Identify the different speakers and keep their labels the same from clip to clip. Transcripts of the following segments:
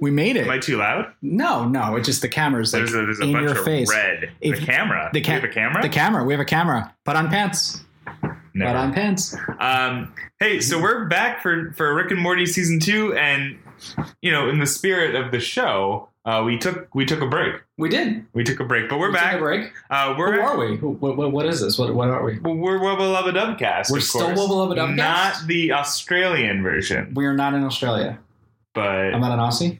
Speaker 1: We made it.
Speaker 2: Am I too loud?
Speaker 1: No, no, it's just the cameras like
Speaker 2: There's a, there's a
Speaker 1: in
Speaker 2: bunch
Speaker 1: your
Speaker 2: of
Speaker 1: face.
Speaker 2: red.
Speaker 1: If-
Speaker 2: the camera.
Speaker 1: the
Speaker 2: Do
Speaker 1: ca-
Speaker 2: you have a camera?
Speaker 1: The camera. We have a camera. Put on pants.
Speaker 2: Never.
Speaker 1: Put on pants.
Speaker 2: Um, hey, so we're back for for Rick and Morty season two, and you know, in the spirit of the show, uh, we took we took a break.
Speaker 1: We did.
Speaker 2: We took a break, but we're
Speaker 1: We took
Speaker 2: back.
Speaker 1: a break.
Speaker 2: Uh, we're
Speaker 1: Who are we? Who- what- what- what is this? What, what are we?
Speaker 2: Well, We're Wubba Lubba Dubcast.
Speaker 1: We're
Speaker 2: of
Speaker 1: still
Speaker 2: course.
Speaker 1: Wubba Lubba Dubcast?
Speaker 2: Not the Australian version,
Speaker 1: We are not in Australia.
Speaker 2: but
Speaker 1: I'm not an Aussie.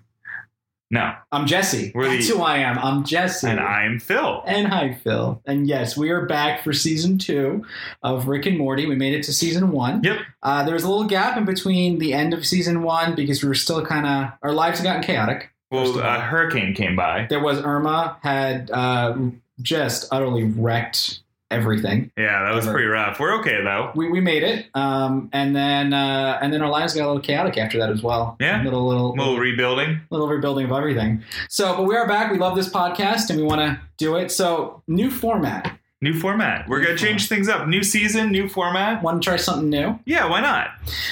Speaker 2: no.
Speaker 1: I'm Jesse.
Speaker 2: We're the-
Speaker 1: That's who I am. I'm Jesse.
Speaker 2: And I'm Phil.
Speaker 1: And hi, Phil. And yes, we are back for season two of Rick and Morty. We made it to season one.
Speaker 2: Yep.
Speaker 1: Uh, there was a little gap in between the end of season one because we were still kind of, our lives had gotten chaotic. first of
Speaker 2: Well, a
Speaker 1: all.
Speaker 2: hurricane came by.
Speaker 1: There was Irma had uh, just utterly wrecked everything.
Speaker 2: Yeah, that was
Speaker 1: Ever.
Speaker 2: pretty rough. We're okay though.
Speaker 1: We, we made it, um, and then uh, and then our lives got a little chaotic after that as well.
Speaker 2: Yeah.
Speaker 1: little little
Speaker 2: little rebuilding.
Speaker 1: little rebuilding of everything. So, but we are back. We love this podcast, and we want to do it. So, new format.
Speaker 2: New format. We're
Speaker 1: New
Speaker 2: gonna change things up. New season, new format.
Speaker 1: Want to try something new?
Speaker 2: Yeah, why not?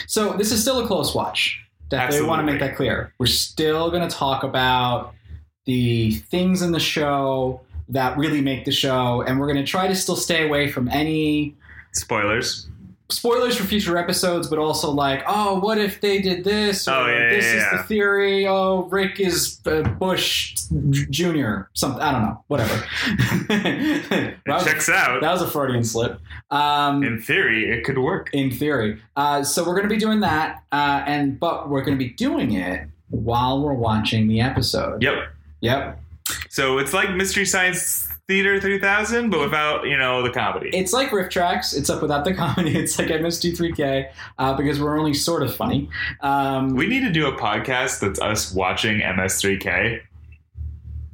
Speaker 1: So, this is still a close watch. Definitely
Speaker 2: Absolutely.
Speaker 1: want to make that clear. We're still going to talk about the things in the show that really make the show, and we're going to try to still stay away from any
Speaker 2: Spoilers.
Speaker 1: spoilers for future episodes, but also like, oh, what if they did this? Or
Speaker 2: Oh, yeah,
Speaker 1: this
Speaker 2: yeah,
Speaker 1: is
Speaker 2: yeah.
Speaker 1: the theory. Oh, Rick is uh, Bush Junior. Something I don't know. Whatever. that,
Speaker 2: It
Speaker 1: was,
Speaker 2: checks out.
Speaker 1: that was a Freudian slip. Um, in,
Speaker 2: In theory, it could work.
Speaker 1: theory, uh, so we're going to be doing that, uh, and but we're going to be doing it while we're watching the episode.
Speaker 2: Yep.
Speaker 1: Yep.
Speaker 2: So it's like Mystery Science Theater 3000,
Speaker 1: Mm-hmm.
Speaker 2: but without you know the comedy.
Speaker 1: It's like Riff Tracks. It's up without the comedy. It's like MST3K uh, because we're only sort of funny. Um,
Speaker 2: We need to do a podcast that's us watching MS3K,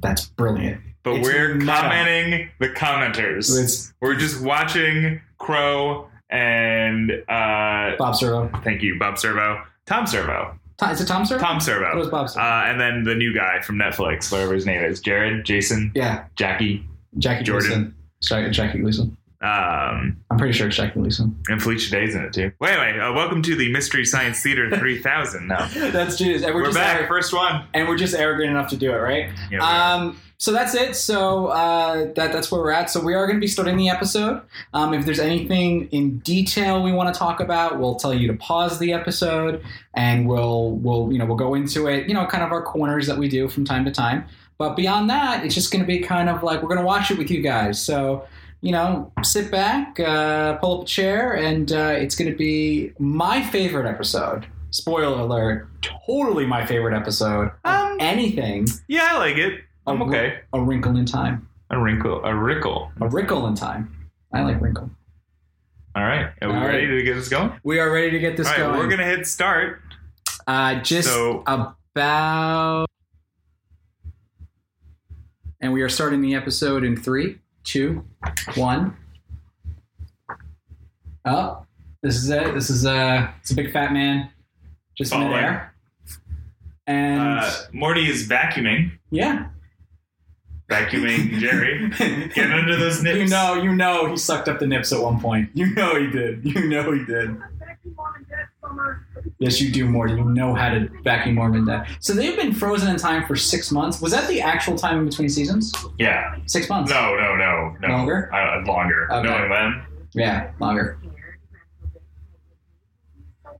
Speaker 1: that's brilliant.
Speaker 2: but
Speaker 1: It's
Speaker 2: we're
Speaker 1: meta.
Speaker 2: commenting the commenters.
Speaker 1: It's
Speaker 2: We're just watching Crow and uh,
Speaker 1: Bob Servo.
Speaker 2: thank you, Bob Servo, Tom Servo,
Speaker 1: Tom, is it Tom Servo?
Speaker 2: Tom
Speaker 1: What
Speaker 2: Servo,
Speaker 1: was Bob
Speaker 2: uh,
Speaker 1: Servo?
Speaker 2: and then the new guy from Netflix, whatever his name is, Jared, Jason,
Speaker 1: yeah,
Speaker 2: Jackie,
Speaker 1: Jackie
Speaker 2: Jordan.
Speaker 1: Gleason. Sorry, Jackie Gleason.
Speaker 2: um,
Speaker 1: I'm pretty sure it's Jackie Gleason.
Speaker 2: and Felicia Day's in it too. Well, anyway, uh, welcome to the Mystery Science Theater 3000. Now
Speaker 1: That's Judas. And we're,
Speaker 2: we're,
Speaker 1: just
Speaker 2: back,
Speaker 1: arrogant-
Speaker 2: first one.
Speaker 1: and we're just arrogant enough to do it, right?
Speaker 2: Yeah, we are.
Speaker 1: Um, so that's it. So uh, that that's where we're at. So we are going to be starting the episode. Um, if there's anything in detail we want to talk about, we'll tell you to pause the episode, and we'll we'll you know we'll go into it. You know, kind of our corners that we do from time to time. But beyond that, it's just going to be kind of like we're going to watch it with you guys. So. You know, sit back, uh, pull up a chair, and uh, it's going to be my favorite episode. Spoiler alert! Totally my favorite episode. of
Speaker 2: Um,
Speaker 1: anything
Speaker 2: yeah, I like it. I'm
Speaker 1: Uh, a wri-
Speaker 2: okay.
Speaker 1: A wrinkle in time.
Speaker 2: A wrinkle, a wrinkle.
Speaker 1: A wrinkle in time. I like wrinkle.
Speaker 2: All right, are we
Speaker 1: All right.
Speaker 2: ready to get this going?
Speaker 1: We are ready to get this
Speaker 2: All right,
Speaker 1: going.
Speaker 2: we're gonna hit start.
Speaker 1: uh, just
Speaker 2: So-
Speaker 1: about. And we are starting the episode in three, two, one. Up. This is it. This is uh, it's a big fat man, just in
Speaker 2: Falling.
Speaker 1: midair. And
Speaker 2: Uh, Morty is vacuuming,
Speaker 1: yeah,
Speaker 2: vacuuming Jerry. Get under those nips.
Speaker 1: You know, you know, he sucked up the nips at one point. You know he did. You know he did. Yes, you do, Morty. You know how to vacuum warm and dead. So they've been frozen in time for six months. Was that the actual time in between seasons?
Speaker 2: Yeah.
Speaker 1: Six months.
Speaker 2: No, no, no, no.
Speaker 1: Longer?
Speaker 2: I, longer.
Speaker 1: Okay.
Speaker 2: Knowing them.
Speaker 1: Yeah, longer.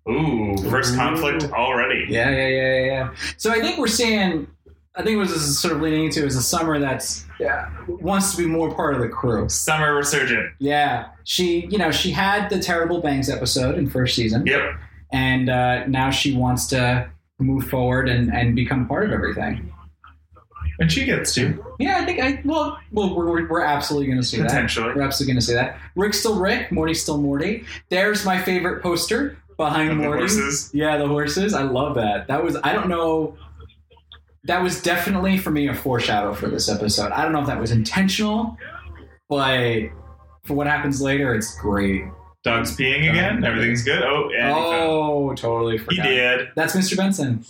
Speaker 2: Ooh, first
Speaker 1: Ooh.
Speaker 2: conflict already.
Speaker 1: Yeah, yeah, yeah, yeah, yeah. So I think we're seeing. I think what this is sort of leaning into is a summer that's yeah, wants to be more part of the crew.
Speaker 2: Summer resurgent.
Speaker 1: Yeah, she, you know, she had the terrible bangs episode in first season.
Speaker 2: Yep.
Speaker 1: and uh, now she wants to move forward and, and become part of everything.
Speaker 2: And she gets to
Speaker 1: Yeah, I think I well, well we're, we're- we're absolutely going to see that.
Speaker 2: potentially.
Speaker 1: We're absolutely going to see that. Rick's still Rick, Morty's still Morty. There's my favorite poster behind
Speaker 2: And the
Speaker 1: Morty.
Speaker 2: horses.
Speaker 1: Yeah, the horses. I love that. That was I don't know. That was definitely for me a foreshadow for this episode. I don't know if that was intentional, but for what happens later, it's great.
Speaker 2: Dog's peeing again. Everything's good. Oh, and he fell.
Speaker 1: oh, totally
Speaker 2: he,
Speaker 1: forgot.
Speaker 2: did
Speaker 1: That's Mr. Benson.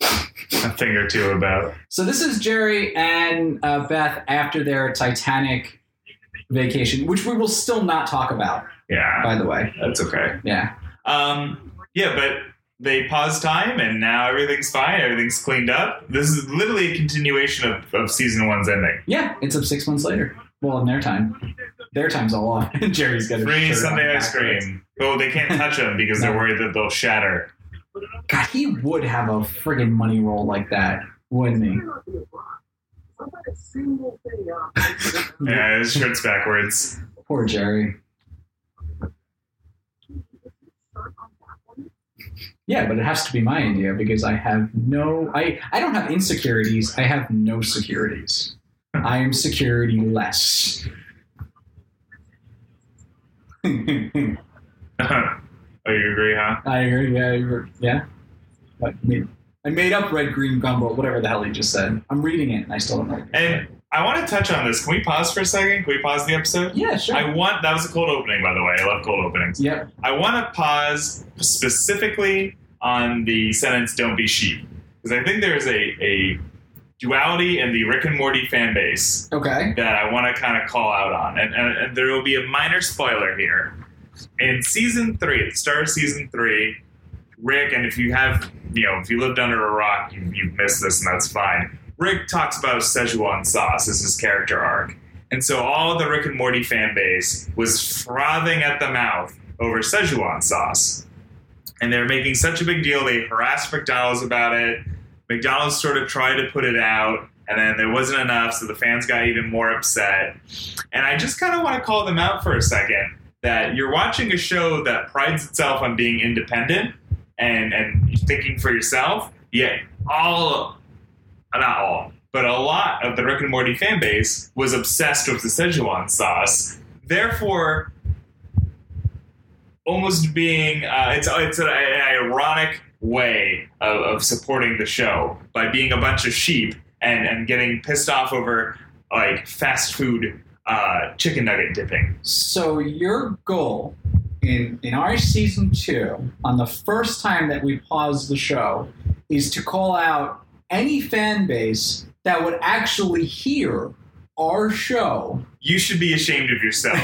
Speaker 2: a thing or two about.
Speaker 1: So this is Jerry and uh, Beth after their Titanic vacation, which we will still not talk about,
Speaker 2: Yeah,
Speaker 1: by the way.
Speaker 2: that's okay.
Speaker 1: Yeah.
Speaker 2: Um, yeah, but they paused time, and now everything's fine. Everything's cleaned up. This is literally a continuation of, of season one's ending.
Speaker 1: Yeah, it's up six months later. Well, in their time, their time's a lot. Jerry's got a
Speaker 2: Free
Speaker 1: shirt
Speaker 2: Sunday
Speaker 1: on
Speaker 2: ice
Speaker 1: backwards.
Speaker 2: cream. Oh, they can't touch them because they're
Speaker 1: No.
Speaker 2: worried that they'll shatter.
Speaker 1: God, he would have a friggin' money roll like that, wouldn't he?
Speaker 2: Yeah, his shirt's backwards.
Speaker 1: Poor Jerry. Yeah, but it has to be my idea because I have no I I don't have insecurities. I have no securities. I am security less. I
Speaker 2: oh, you agree, huh?
Speaker 1: agree. Yeah, you're- yeah. But me- I made up red green gumbo, whatever the hell he just said. I'm reading it and I still don't know.
Speaker 2: And I want to touch on this. Can we pause for a second? Can we pause the episode?
Speaker 1: yeah, sure.
Speaker 2: I want that was a cold opening, by the way. I love cold openings.
Speaker 1: yep.
Speaker 2: I want to pause specifically on the sentence "Don't be sheep" because I think there is a a duality in the Rick and Morty fan base
Speaker 1: Okay.
Speaker 2: that I want to kind of call out on, and, and, and there will be a minor spoiler here. In season three, at the start of season three, Rick, and if you have, you know, if you lived under a rock, you, you've missed this, and that's fine. Rick talks about Szechuan sauce as his character arc, and so all the Rick and Morty fan base was frothing at the mouth over Szechuan sauce, and they were making such a big deal. They harassed McDonald's about it. McDonald's sort of tried to put it out, and then there wasn't enough, so the fans got even more upset. And I just kind of want to call them out for a second that you're watching a show that prides itself on being independent and, and thinking for yourself, yet all, not all, but a lot of the Rick and Morty fan base was obsessed with the Szechuan sauce. Therefore, almost being uh, it's it's an, ironic way of, of supporting the show by being a bunch of sheep and and getting pissed off over like fast food uh, chicken nugget dipping.
Speaker 1: So your goal in in our season two, on the first time that we pause the show, is to call out any fan base that would actually hear our show
Speaker 2: You should be ashamed of yourself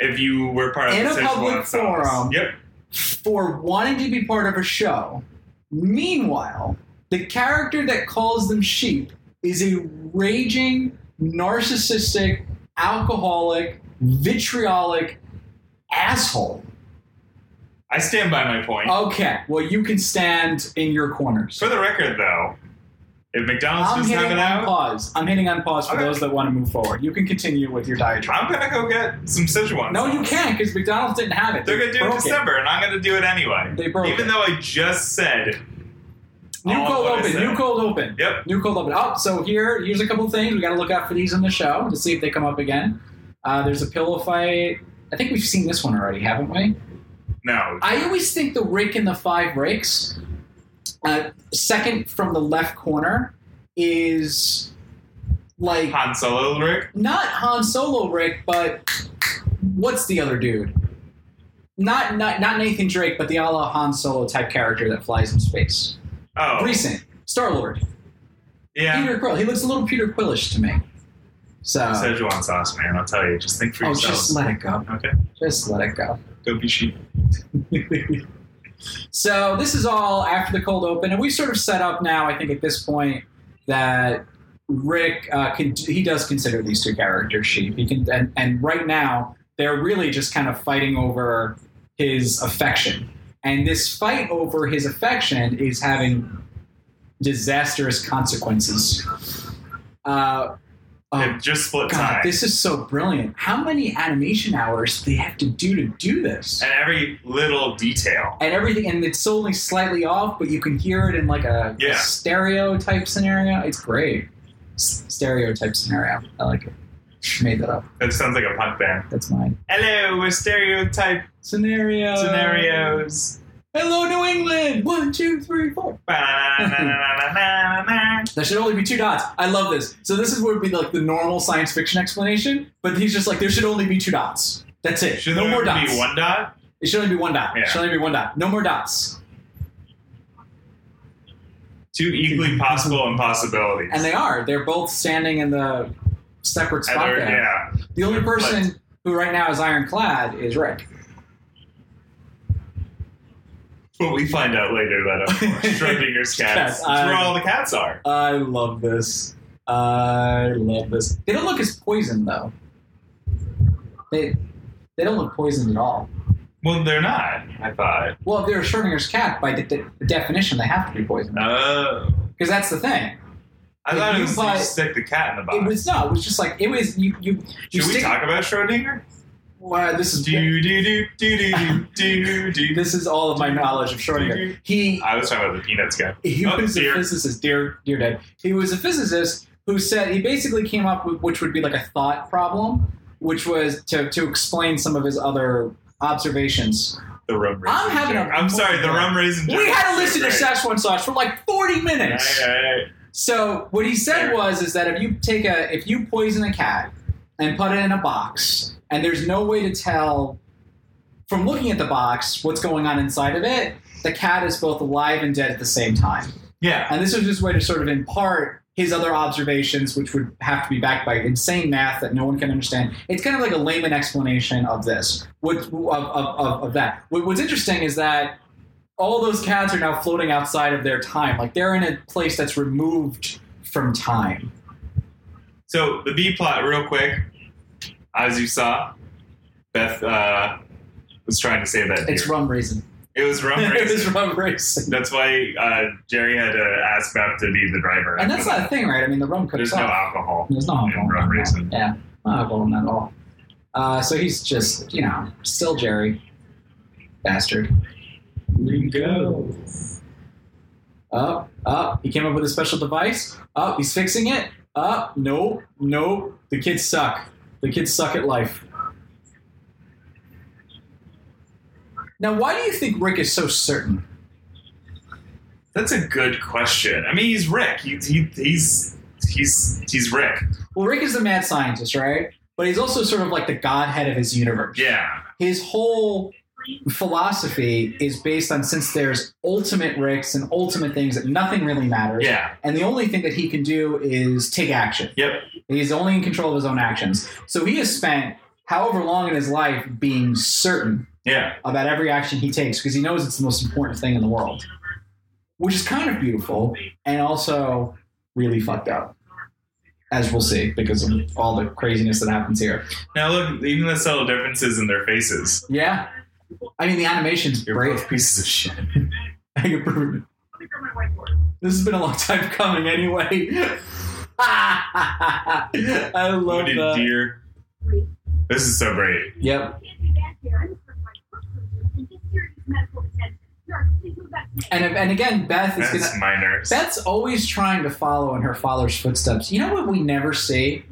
Speaker 2: if you were part of
Speaker 1: In
Speaker 2: the
Speaker 1: a
Speaker 2: Szechuan
Speaker 1: public
Speaker 2: sauce.
Speaker 1: forum.
Speaker 2: Yep.
Speaker 1: for wanting to be part of a show. Meanwhile, the character that calls them sheep is a raging, narcissistic, alcoholic, vitriolic asshole.
Speaker 2: I stand by my point.
Speaker 1: Okay, well, you can stand in your corners.
Speaker 2: For the record, though, if McDonald's
Speaker 1: I'm
Speaker 2: doesn't have
Speaker 1: hitting
Speaker 2: it
Speaker 1: on
Speaker 2: out,
Speaker 1: pause. I'm hitting on pause for
Speaker 2: Okay.
Speaker 1: those that want to move forward. You can continue with your diatribe.
Speaker 2: I'm gonna go get some Szechuan.
Speaker 1: No,
Speaker 2: sauce.
Speaker 1: you can't because McDonald's didn't have it.
Speaker 2: They're gonna do it in
Speaker 1: Broke
Speaker 2: December, and I'm gonna do it anyway.
Speaker 1: They broke
Speaker 2: Even
Speaker 1: it.
Speaker 2: though I just said
Speaker 1: New
Speaker 2: all
Speaker 1: cold
Speaker 2: what I
Speaker 1: open.
Speaker 2: said.
Speaker 1: New cold open.
Speaker 2: Yep.
Speaker 1: New cold open. Oh, so here, here's a couple things we got to look out for these on the show to see if they come up again. Uh, there's a pillow fight. I think we've seen this one already, haven't we?
Speaker 2: No.
Speaker 1: I always think the rake in the five rakes, uh, second from the left corner, is like
Speaker 2: Han Solo Rick?
Speaker 1: not Han Solo Rick, but what's the other dude? Not not not Nathan Drake, but the a la Han Solo type character that flies in space.
Speaker 2: Oh.
Speaker 1: Recent Star Lord,
Speaker 2: Yeah.
Speaker 1: Peter Quill. He looks a little Peter Quillish to me. So,
Speaker 2: Szechuan sauce, man. I'll tell you. Just think for
Speaker 1: oh,
Speaker 2: yourselves.
Speaker 1: just let it go.
Speaker 2: okay.
Speaker 1: Just let it go.
Speaker 2: Go be sheep.
Speaker 1: so this is all after the cold open, and we sort of set up now. I think at this point that Rick uh, can, he does consider these two characters sheep. He can, and, and right now they're really just kind of fighting over his affection, and this fight over his affection is having disastrous consequences. Uh, oh,
Speaker 2: They've just split
Speaker 1: God,
Speaker 2: time.
Speaker 1: this is so brilliant! How many animation hours do they have to do to do this?
Speaker 2: and every little detail.
Speaker 1: and everything, and it's only slightly off, but you can hear it in like a, a
Speaker 2: Yeah.
Speaker 1: stereo type scenario. It's great. S- stereo type scenario. I like it. Made that up.
Speaker 2: That sounds like a punk band.
Speaker 1: That's mine.
Speaker 2: Hello, we're stereotype
Speaker 1: Scenario.
Speaker 2: scenarios.
Speaker 1: Hello, New England. One, two, three, four.
Speaker 2: Ba-na-na-na-na-na-na-na.
Speaker 1: There should only be two dots. I love this. So this is what would be like the normal science fiction explanation, but he's just like there should only be two dots. That's it.
Speaker 2: Should
Speaker 1: no
Speaker 2: there
Speaker 1: more
Speaker 2: only
Speaker 1: dots.
Speaker 2: be one dot?
Speaker 1: It should only be one dot.
Speaker 2: Yeah.
Speaker 1: It should only be one dot. No more dots.
Speaker 2: Two equally possible impossibilities.
Speaker 1: And they are. They're both standing in the separate
Speaker 2: And
Speaker 1: spot
Speaker 2: they're-
Speaker 1: there.
Speaker 2: yeah.
Speaker 1: The only person who right now is ironclad is Rick.
Speaker 2: But we find out later that of course, Schrodinger's cats.
Speaker 1: Cats,
Speaker 2: That's where
Speaker 1: I-
Speaker 2: all the cats are.
Speaker 1: I love this. I love this. They don't look as poisoned though. They they don't look poisoned at all.
Speaker 2: Well, they're not. I thought.
Speaker 1: Well, if they're Schrodinger's cat, by de- de- definition, they have to be poisoned
Speaker 2: Oh,
Speaker 1: because that's the thing.
Speaker 2: I
Speaker 1: If
Speaker 2: thought it
Speaker 1: you
Speaker 2: was
Speaker 1: buy-
Speaker 2: you stick the cat in the box.
Speaker 1: It was no. It was just like it was. You you. you
Speaker 2: Should we
Speaker 1: stick-
Speaker 2: talk about Schrodinger?
Speaker 1: Wow, this is
Speaker 2: Do do do do do do do.
Speaker 1: this is all of my knowledge of Schrodinger. He
Speaker 2: I was talking about the Peanuts guy.
Speaker 1: he
Speaker 2: Oh,
Speaker 1: was
Speaker 2: dear.
Speaker 1: a physicist, dear dear dad. He was a physicist who said he basically came up with which would be like a thought problem, which was to to explain some of his other observations.
Speaker 2: The rum raisin.
Speaker 1: I'm having
Speaker 2: joke.
Speaker 1: a-
Speaker 2: I'm sorry. The rum raisin.
Speaker 1: We
Speaker 2: joke
Speaker 1: had to
Speaker 2: is
Speaker 1: listen to
Speaker 2: great.
Speaker 1: Szechuan sauce for like 40 minutes.
Speaker 2: All right, all right.
Speaker 1: So what he said
Speaker 2: Fair.
Speaker 1: was is that if you take a if you poison a cat and put it in a box and there's no way to tell from looking at the box what's going on inside of it, the cat is both alive and dead at the same time.
Speaker 2: Yeah.
Speaker 1: And this was his way to sort of impart his other observations, which would have to be backed by insane math that no one can understand. It's kind of like a layman explanation of this, what, of, of, of, of that. What, what's interesting is that all those cats are now floating outside of their time. Like they're in a place that's removed from time.
Speaker 2: So the B plot, real quick, as you saw, Beth uh, was trying to say that
Speaker 1: It's
Speaker 2: here.
Speaker 1: rum raisin.
Speaker 2: it was rum
Speaker 1: it
Speaker 2: raisin.
Speaker 1: is rum raisin.
Speaker 2: That's why uh, Jerry had to ask Beth to be the driver.
Speaker 1: And that's not a thing, right? I mean, the rum
Speaker 2: There's
Speaker 1: cooks
Speaker 2: no
Speaker 1: up.
Speaker 2: alcohol.
Speaker 1: There's no alcohol.
Speaker 2: in rum
Speaker 1: in that.
Speaker 2: raisin.
Speaker 1: Yeah, no alcohol in that at all. Uh, so he's just, you know, still Jerry. Bastard.
Speaker 2: We go.
Speaker 1: Up, up. He came up with a special device. Up, he's fixing it. Up, nope, nope. The kids suck. The kids suck at life. Now, why do you think Rick is so certain?
Speaker 2: That's a good question. I mean, he's Rick. He, he, he's he's he's Rick.
Speaker 1: Well, Rick is the mad scientist, right? But he's also sort of like the godhead of his universe.
Speaker 2: Yeah.
Speaker 1: his whole philosophy is based on since there's ultimate ricks and ultimate things that nothing really matters
Speaker 2: Yeah.
Speaker 1: and the only thing that he can do is take action
Speaker 2: Yep.
Speaker 1: he's only in control of his own actions so he has spent however long in his life being certain
Speaker 2: Yeah.
Speaker 1: about every action he takes because he knows it's the most important thing in the world which is kind of beautiful and also really fucked up as we'll see because of all the craziness that happens here
Speaker 2: Now look, even the subtle differences in their faces.
Speaker 1: yeah i mean the animation's
Speaker 2: You're
Speaker 1: great
Speaker 2: both pieces of shit.
Speaker 1: I can prove it. This has been a long time coming, anyway. I love
Speaker 2: Wounded
Speaker 1: that.
Speaker 2: deer. This is so great.
Speaker 1: Yep. And if- and again, Beth is
Speaker 2: That's
Speaker 1: gonna.
Speaker 2: minors.
Speaker 1: Beth's always trying to follow in her father's footsteps. You know what we never see?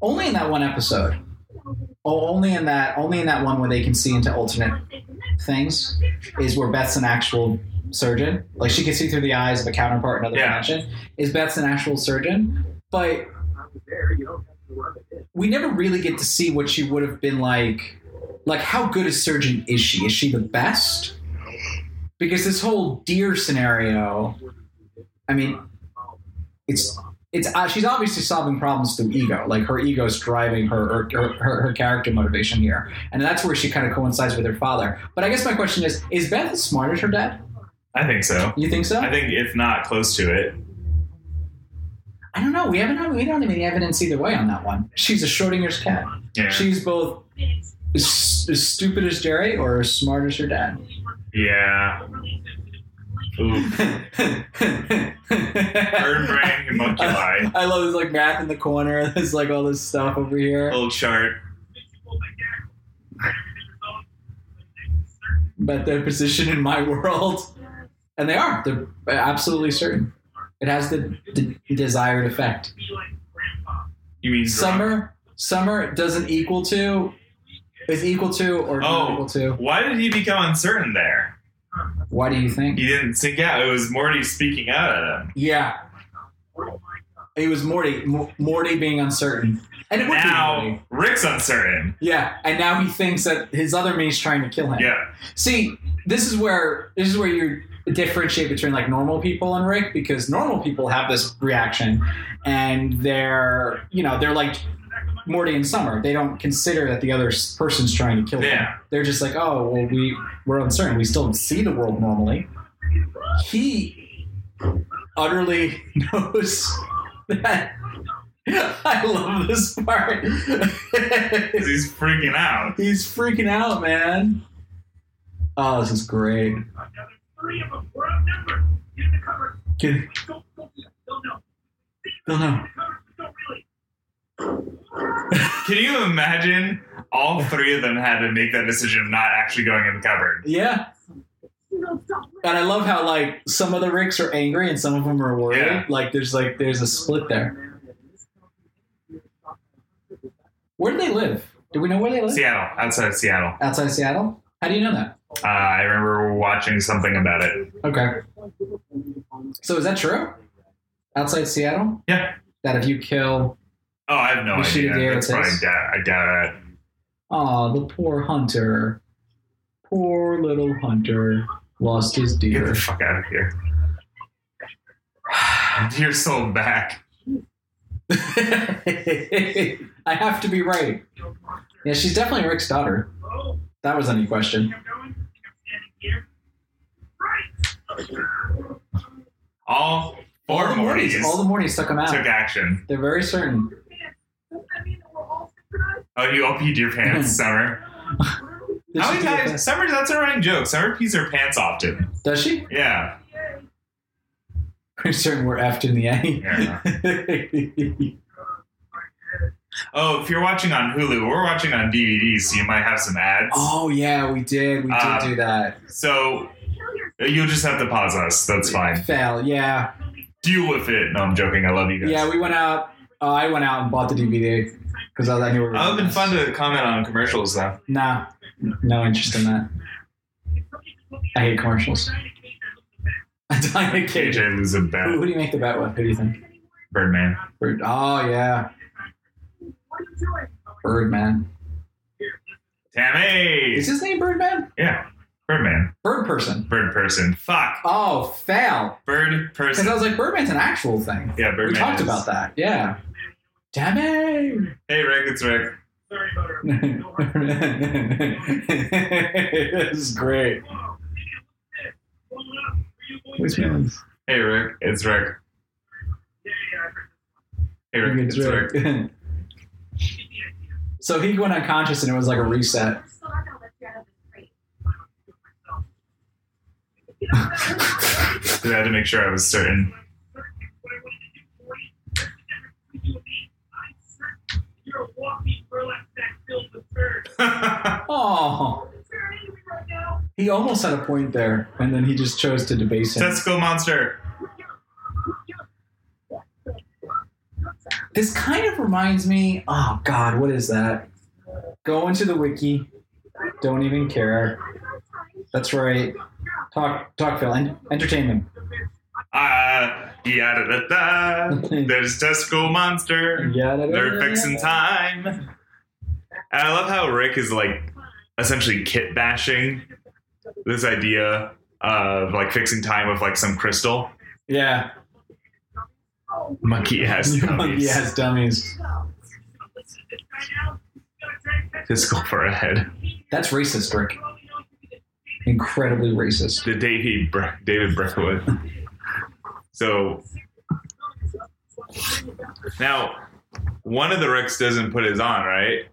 Speaker 1: Only in that one episode. Oh, only in that. Only in that one where they can see into alternate things is where Beth's an actual surgeon. Like she can see through the eyes of a counterpart in another
Speaker 2: Yeah.
Speaker 1: dimension. Is Beth's an actual surgeon? But we never really get to see what she would have been like. Like, how good a surgeon is she? Is she the best? Because this whole deer scenario, I mean, it's it's uh, she's obviously solving problems through ego. Like her ego's driving her her, her her character motivation here, and that's where she kind of coincides with her father. But I guess my question is: Is Beth as smart as her dad?
Speaker 2: I think so.
Speaker 1: You think so?
Speaker 2: I think if not close to it.
Speaker 1: I don't know. We haven't had- we don't have any evidence either way on that one. She's a Schrodinger's cat.
Speaker 2: Yeah.
Speaker 1: She's both as, as stupid as Jerry or as smart as your dad?
Speaker 2: yeah. Ooh. Bird brain homunculi.
Speaker 1: I love this like math in the corner. There's like all this stuff over here.
Speaker 2: Old chart.
Speaker 1: But their position in my world, and they are. They're absolutely certain. It has the, the desired effect.
Speaker 2: You mean drunk?
Speaker 1: Summer, summer doesn't equal to is equal to or not
Speaker 2: Oh.
Speaker 1: equal to.
Speaker 2: Why did he become uncertain there?
Speaker 1: Why do you think?
Speaker 2: He didn't sink out. It was Morty speaking out at him.
Speaker 1: Yeah. It was Morty. Mo- Morty being uncertain. And it would be Morty.
Speaker 2: Now Rick's uncertain.
Speaker 1: Yeah, and now he thinks that his other mate's trying to kill him.
Speaker 2: Yeah.
Speaker 1: See, this is where this is where you differentiate between like normal people and Rick because normal people have this reaction and they're, you know, they're like Morty and Summer. They don't consider that the other s- person's trying to kill them.
Speaker 2: Yeah.
Speaker 1: They're just like, oh, well, we we're uncertain. We still see the world normally. He utterly knows that. I love this part.
Speaker 2: 'Cause he's freaking out.
Speaker 1: He's freaking out, man. Oh, this is great.
Speaker 3: Another three of them. We're outnumbered. Get in the cover.
Speaker 1: Kid,
Speaker 3: Don't, don't, don't know.
Speaker 1: don't know.
Speaker 3: The cover. Don't really.
Speaker 2: Can you imagine all three of them had to make that decision of not actually going in the cupboard?
Speaker 1: Yeah,
Speaker 3: No, stop.
Speaker 1: and I love how like some of the Ricks are angry and some of them are worried.
Speaker 2: Yeah.
Speaker 1: Like there's like there's a split there. Where do they live? Do we know where they live?
Speaker 2: Seattle, outside of Seattle.
Speaker 1: Outside of Seattle. How do you know that?
Speaker 2: Uh, I remember watching something about it.
Speaker 1: Okay. So is that true? Outside Seattle?
Speaker 2: Yeah.
Speaker 1: That if you kill,
Speaker 2: Oh, I have no
Speaker 1: You shoot
Speaker 2: idea.
Speaker 1: at the air
Speaker 2: That's
Speaker 1: it
Speaker 2: probably
Speaker 1: takes.
Speaker 2: da- I doubt it.
Speaker 1: oh, the poor hunter, poor little hunter lost his
Speaker 2: Get
Speaker 1: deer.
Speaker 2: the fuck out of here. Your soul back.
Speaker 1: I have to be right. Yeah, she's definitely Rick's daughter.
Speaker 3: Oh,
Speaker 1: That was any question.
Speaker 3: kept going. Kept standing here. Right.
Speaker 2: All four
Speaker 1: all the
Speaker 2: Mortys
Speaker 1: All the Mortys took him out.
Speaker 2: took action.
Speaker 1: They're very certain.
Speaker 3: Doesn't that mean that we're all synchronized?
Speaker 2: Oh, you all peed your pants, Summer.
Speaker 1: Did
Speaker 2: How
Speaker 1: she
Speaker 2: many
Speaker 1: do it
Speaker 2: times?
Speaker 1: fast?
Speaker 2: Summer, that's a running joke. Summer pees her pants often.
Speaker 1: Does she?
Speaker 2: Yeah.
Speaker 1: Pretty certain we're effed in the
Speaker 2: yeah.
Speaker 1: end.
Speaker 2: Oh, if you're watching on Hulu, we're watching on DVD, so you might have some ads.
Speaker 1: oh yeah, we did. We did
Speaker 2: Uh,
Speaker 1: do that.
Speaker 2: So you'll just have to pause us. That's fine.
Speaker 1: Fail. Yeah.
Speaker 2: Deal with it. No, I'm joking. I love you guys.
Speaker 1: Yeah. We went out. Uh, I went out and bought the DVD because I, I knew. We were
Speaker 2: It would have
Speaker 1: doing
Speaker 2: been
Speaker 1: this.
Speaker 2: fun to comment on commercials, though.
Speaker 1: Nah. No interest in that. I hate commercials. Diamond Cage.
Speaker 2: KJ was a
Speaker 1: Who,
Speaker 2: bad
Speaker 1: who do you make the bet with? Who do you think?
Speaker 2: Birdman.
Speaker 1: Bird. Oh yeah, Birdman.
Speaker 2: Tammy!
Speaker 1: Is his name Birdman?
Speaker 2: Yeah. Birdman.
Speaker 1: Bird person.
Speaker 2: Bird person. Fuck.
Speaker 1: Oh, fail.
Speaker 2: Bird
Speaker 1: Because
Speaker 2: person.
Speaker 1: I was like, Birdman's an actual thing.
Speaker 2: Yeah, Birdman.
Speaker 1: we talked
Speaker 2: is-
Speaker 1: about that. Yeah. Damn it.
Speaker 2: Hey, Rick, it's Rick.
Speaker 3: Sorry about her.
Speaker 1: this is great. Which one's
Speaker 2: Hey, Rick, it's Rick. Hey, Rick, it's, Rick.
Speaker 1: so he went unconscious and it was like a reset.
Speaker 2: So I had to make sure I was certain.
Speaker 1: Oh, he almost had a point there, and then he just chose to debase him.
Speaker 2: Testicle monster.
Speaker 1: This kind of reminds me. Oh God, what is that? Go into the wiki. Don't even care. That's right. Talk, talk, Phil. En- entertainment.
Speaker 2: Ah, yada da da. There's Testicle monster. They're
Speaker 1: They're
Speaker 2: fixing time. And I love how Rick is like essentially kit bashing this idea of like fixing time with like some crystal.
Speaker 1: Yeah.
Speaker 2: Monkey ass.
Speaker 1: Your
Speaker 2: dummies.
Speaker 1: monkey has dummies.
Speaker 2: Testicle for a head.
Speaker 1: That's racist, Rick. Incredibly racist.
Speaker 2: the Davy Br- David Brickwood. So now, one of the Ricks doesn't put his on, right?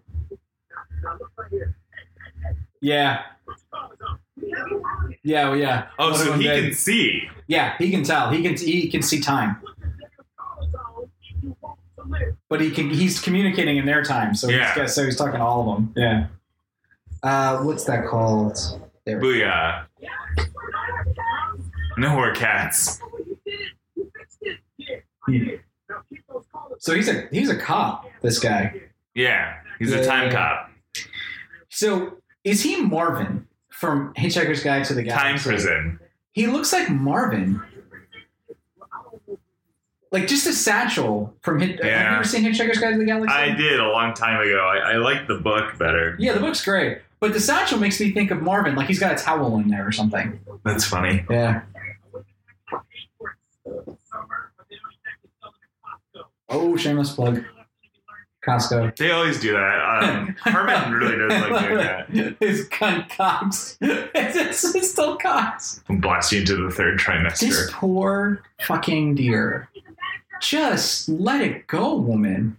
Speaker 1: Yeah. Yeah. well, Yeah.
Speaker 2: Oh,
Speaker 1: One of
Speaker 2: so
Speaker 1: them
Speaker 2: he
Speaker 1: did.
Speaker 2: can see.
Speaker 1: Yeah, he can tell. He can. He can see time. but he can, he's communicating in their time, so
Speaker 2: Yeah.
Speaker 1: he's got- so he's talking to all of them. Yeah. Uh, what's that called? There.
Speaker 2: Booyah! No more cats.
Speaker 1: So he's a he's a cop. This guy.
Speaker 2: Yeah, he's a time cop,
Speaker 1: So is he Marvin from Hitchhiker's Guide to the
Speaker 2: time
Speaker 1: Galaxy?
Speaker 2: prison.
Speaker 1: He looks like Marvin. Like just a satchel from Hit. Have
Speaker 2: Yeah.
Speaker 1: you ever seen Hitchhiker's Guide to the Galaxy?
Speaker 2: I did a long time ago. I, I like the book better.
Speaker 1: Yeah, the book's great, but the satchel makes me think of Marvin. Like he's got a towel in there or something.
Speaker 2: That's funny.
Speaker 1: Yeah. Oh, shameless plug. Costco.
Speaker 2: They always do that. Um, Herman really does like doing that.
Speaker 1: His gun Cox. It's, it's, it's still Cox.
Speaker 2: Blast you into the third
Speaker 1: This
Speaker 2: trimester.
Speaker 1: poor fucking deer. Just let it go, woman.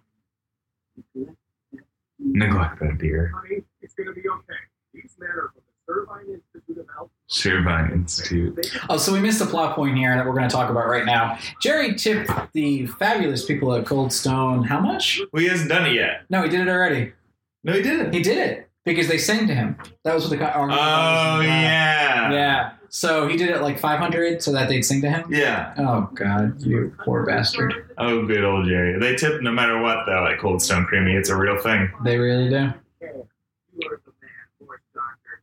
Speaker 2: Neglect that deer.
Speaker 3: Honey, it's going to be okay. These men are from the Turbine Institute of Health.
Speaker 2: Servine Institute.
Speaker 1: Oh, so we missed a plot point here that we're going to talk about right now. Jerry tipped the fabulous people at Cold Stone. How much?
Speaker 2: Well, he hasn't done it yet.
Speaker 1: No, he did it already.
Speaker 2: No, he didn't.
Speaker 1: He did it because they sang to him. That was what the co-
Speaker 2: Oh,
Speaker 1: our-
Speaker 2: yeah.
Speaker 1: yeah. So he did it like 500 so that they'd sing to him.
Speaker 2: Yeah.
Speaker 1: Oh God, you poor bastard.
Speaker 2: Oh, good old Jerry. They tip no matter what, though, at Cold Stone Creamy. It's a real thing.
Speaker 1: They really do.
Speaker 3: You are the man, horse doctor.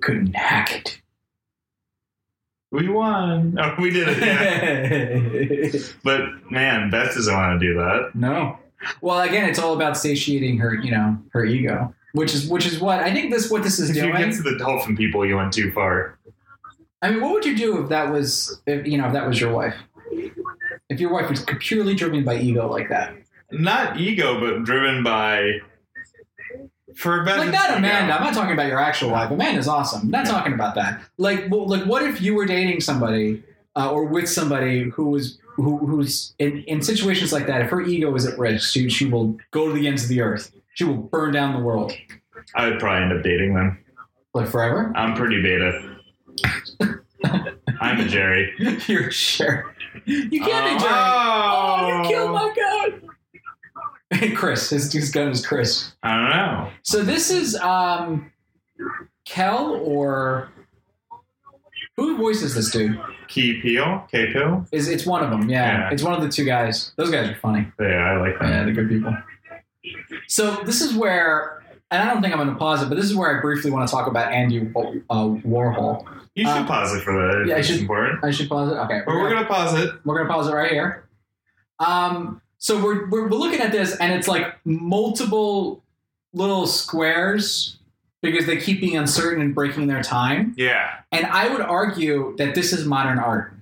Speaker 1: Couldn't hack it.
Speaker 2: We won. Oh, we did it. Yeah. but, man, Beth doesn't want to do that.
Speaker 1: no. Well, again, it's all about satiating her, you know, her ego, which is which is what I think this what this is
Speaker 2: If you
Speaker 1: doing.
Speaker 2: get to the dolphin people, you went too far.
Speaker 1: I mean, what would you do if that was, if, you know, if that was your wife? If your wife was purely driven by ego like that,
Speaker 2: Not ego, but driven by. For Beth.
Speaker 1: like
Speaker 2: it's
Speaker 1: not
Speaker 2: ego.
Speaker 1: Amanda. I'm not talking about your actual wife. Amanda's awesome. I'm not
Speaker 2: Yeah.
Speaker 1: talking about that. Like, well, like, what if you were dating somebody uh, or with somebody who was who, who's in, in situations like that? If her ego is at risk, she she will go to the ends of the earth. She will burn down the world
Speaker 2: I would probably end up dating them.
Speaker 1: like forever.
Speaker 2: I'm pretty beta. I'm a Jerry.
Speaker 1: You're sure you can't be Jerry.
Speaker 2: Oh,
Speaker 1: Oh, you killed my gun. Chris, his, his gun is Chris.
Speaker 2: I don't know.
Speaker 1: So this is um, Kel or who voices this dude?
Speaker 2: Key Peel? K Peel?
Speaker 1: Is it's one of them? Yeah,
Speaker 2: Yeah.
Speaker 1: it's one of the two guys. Those guys are funny.
Speaker 2: Yeah, I like that.
Speaker 1: Yeah, they're good people. So this is where, and I don't think I'm going to pause it, but this is where I briefly want to talk about Andy uh, Warhol.
Speaker 2: You should
Speaker 1: Um,
Speaker 2: pause it for that.
Speaker 1: yeah, I
Speaker 2: it's
Speaker 1: should-
Speaker 2: important.
Speaker 1: I should pause it. Okay,
Speaker 2: But we're gonna pause it.
Speaker 1: We're gonna pause it right here. Um, so we're, we're we're looking at this, and it's like multiple little squares because they keep being uncertain and breaking their time.
Speaker 2: Yeah.
Speaker 1: And I would argue that this is modern art.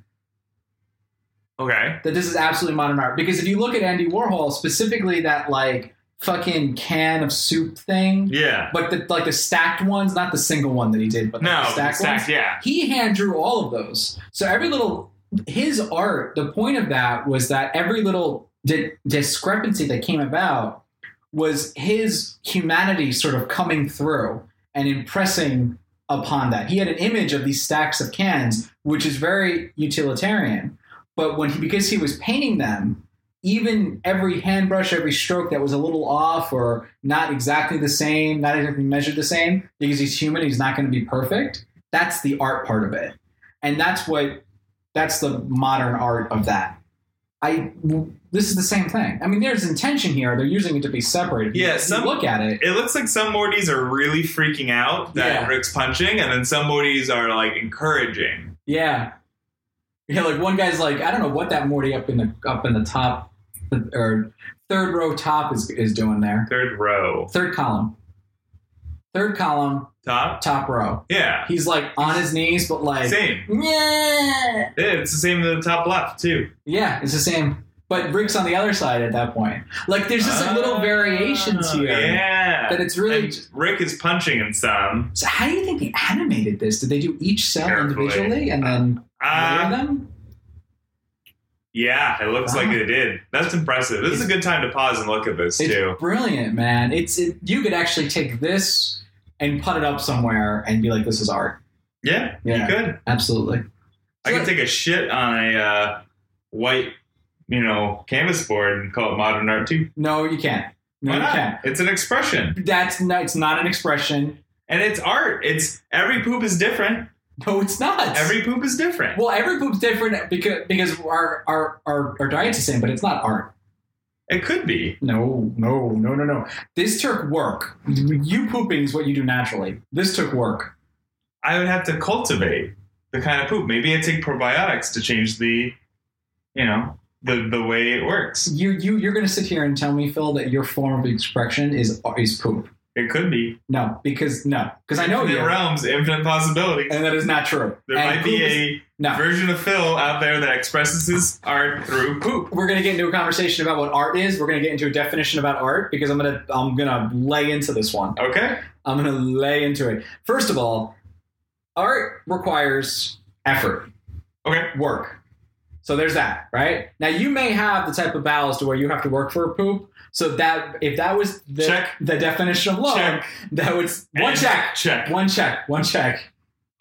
Speaker 2: Okay.
Speaker 1: That this is absolutely modern art because if you look at Andy Warhol specifically, that like fucking can of soup thing,
Speaker 2: Yeah.
Speaker 1: but the, like the stacked ones, not the single one that he did, but
Speaker 2: No,
Speaker 1: the stacked, ones.
Speaker 2: stacked, yeah.
Speaker 1: he hand drew all of those. So every little his art, the point of that was that every little di- discrepancy that came about was his humanity sort of coming through and impressing upon that. He had an image of these stacks of cans, which is very utilitarian. But when he, because he was painting them, even every hand brush, every stroke that was a little off or not exactly the same, not exactly measured the same, because he's human, he's not going to be perfect. That's the art part of it, and that's what that's the modern art of that. I this is the same thing. I mean, there's intention here. They're using it to be separate.
Speaker 2: Yeah,
Speaker 1: If you
Speaker 2: some-
Speaker 1: look at it.
Speaker 2: It looks like some Mortys are really freaking out that
Speaker 1: Yeah.
Speaker 2: Rick's punching, and then some Mortys are like encouraging.
Speaker 1: Yeah. Yeah, like one guy's like, I don't know what that Morty up in the up in the top or third row top is is doing there.
Speaker 2: Third row.
Speaker 1: Third column. Third column,
Speaker 2: Top?
Speaker 1: top row.
Speaker 2: Yeah.
Speaker 1: He's like on his knees, but like
Speaker 2: Same.
Speaker 1: Yeah.
Speaker 2: Yeah, it's the same in the top left too.
Speaker 1: Yeah, it's the same. But Rick's on the other side at that point. Like there's just like little
Speaker 2: Ah,
Speaker 1: variations here.
Speaker 2: Yeah.
Speaker 1: That it's really
Speaker 2: And Rick is punching in some.
Speaker 1: so how do you think they animated this? Did they do each cell
Speaker 2: Carefully.
Speaker 1: individually and then layer
Speaker 2: Uh,
Speaker 1: them?
Speaker 2: yeah, it looks like it did. That's impressive. This is a good time to pause and look at this
Speaker 1: It's
Speaker 2: too.
Speaker 1: brilliant, man. It's it, you could actually take this and put it up somewhere and be like, "This is art."
Speaker 2: Yeah,
Speaker 1: Yeah.
Speaker 2: you could.
Speaker 1: Absolutely.
Speaker 2: I could take a shit on a uh, white, you know, canvas board and call it modern art too.
Speaker 1: No, you can't. No,
Speaker 2: Why
Speaker 1: you
Speaker 2: not?
Speaker 1: can't.
Speaker 2: It's an expression,
Speaker 1: That's not. It's not an expression.
Speaker 2: and it's art. It's every poop is different.
Speaker 1: No, it's not.
Speaker 2: Every poop is different.
Speaker 1: well, every poop's different because because our our our, our diet's the same, but it's not art.
Speaker 2: it could be.
Speaker 1: No, no, no, no, no. This took work. You pooping is what you do naturally. This took work.
Speaker 2: I would have to cultivate the kind of poop. Maybe I take probiotics to change the, you know, the the way it works.
Speaker 1: You you you're gonna sit here and tell me, Phil, that your form of expression is is poop.
Speaker 2: It could be.
Speaker 1: No, because no, because I know
Speaker 2: Infinite
Speaker 1: you,
Speaker 2: realms, infinite possibilities.
Speaker 1: and that is not true.
Speaker 2: There
Speaker 1: And
Speaker 2: might be
Speaker 1: poop is-
Speaker 2: a
Speaker 1: no.
Speaker 2: version of Phil out there that expresses his art through poop.
Speaker 1: we're gonna get into a conversation about what art is. We're gonna get into a definition about art because I'm gonna I'm gonna lay into this one.
Speaker 2: Okay.
Speaker 1: I'm gonna lay into it. First of all, art requires effort,
Speaker 2: Okay.
Speaker 1: work. So there's that, right? Now you may have the type of bowels to where you have to work for a poop. So that if that was the,
Speaker 2: Check.
Speaker 1: the definition of love,
Speaker 2: Check.
Speaker 1: that would one
Speaker 2: And
Speaker 1: check,
Speaker 2: Check.
Speaker 1: one check, one check.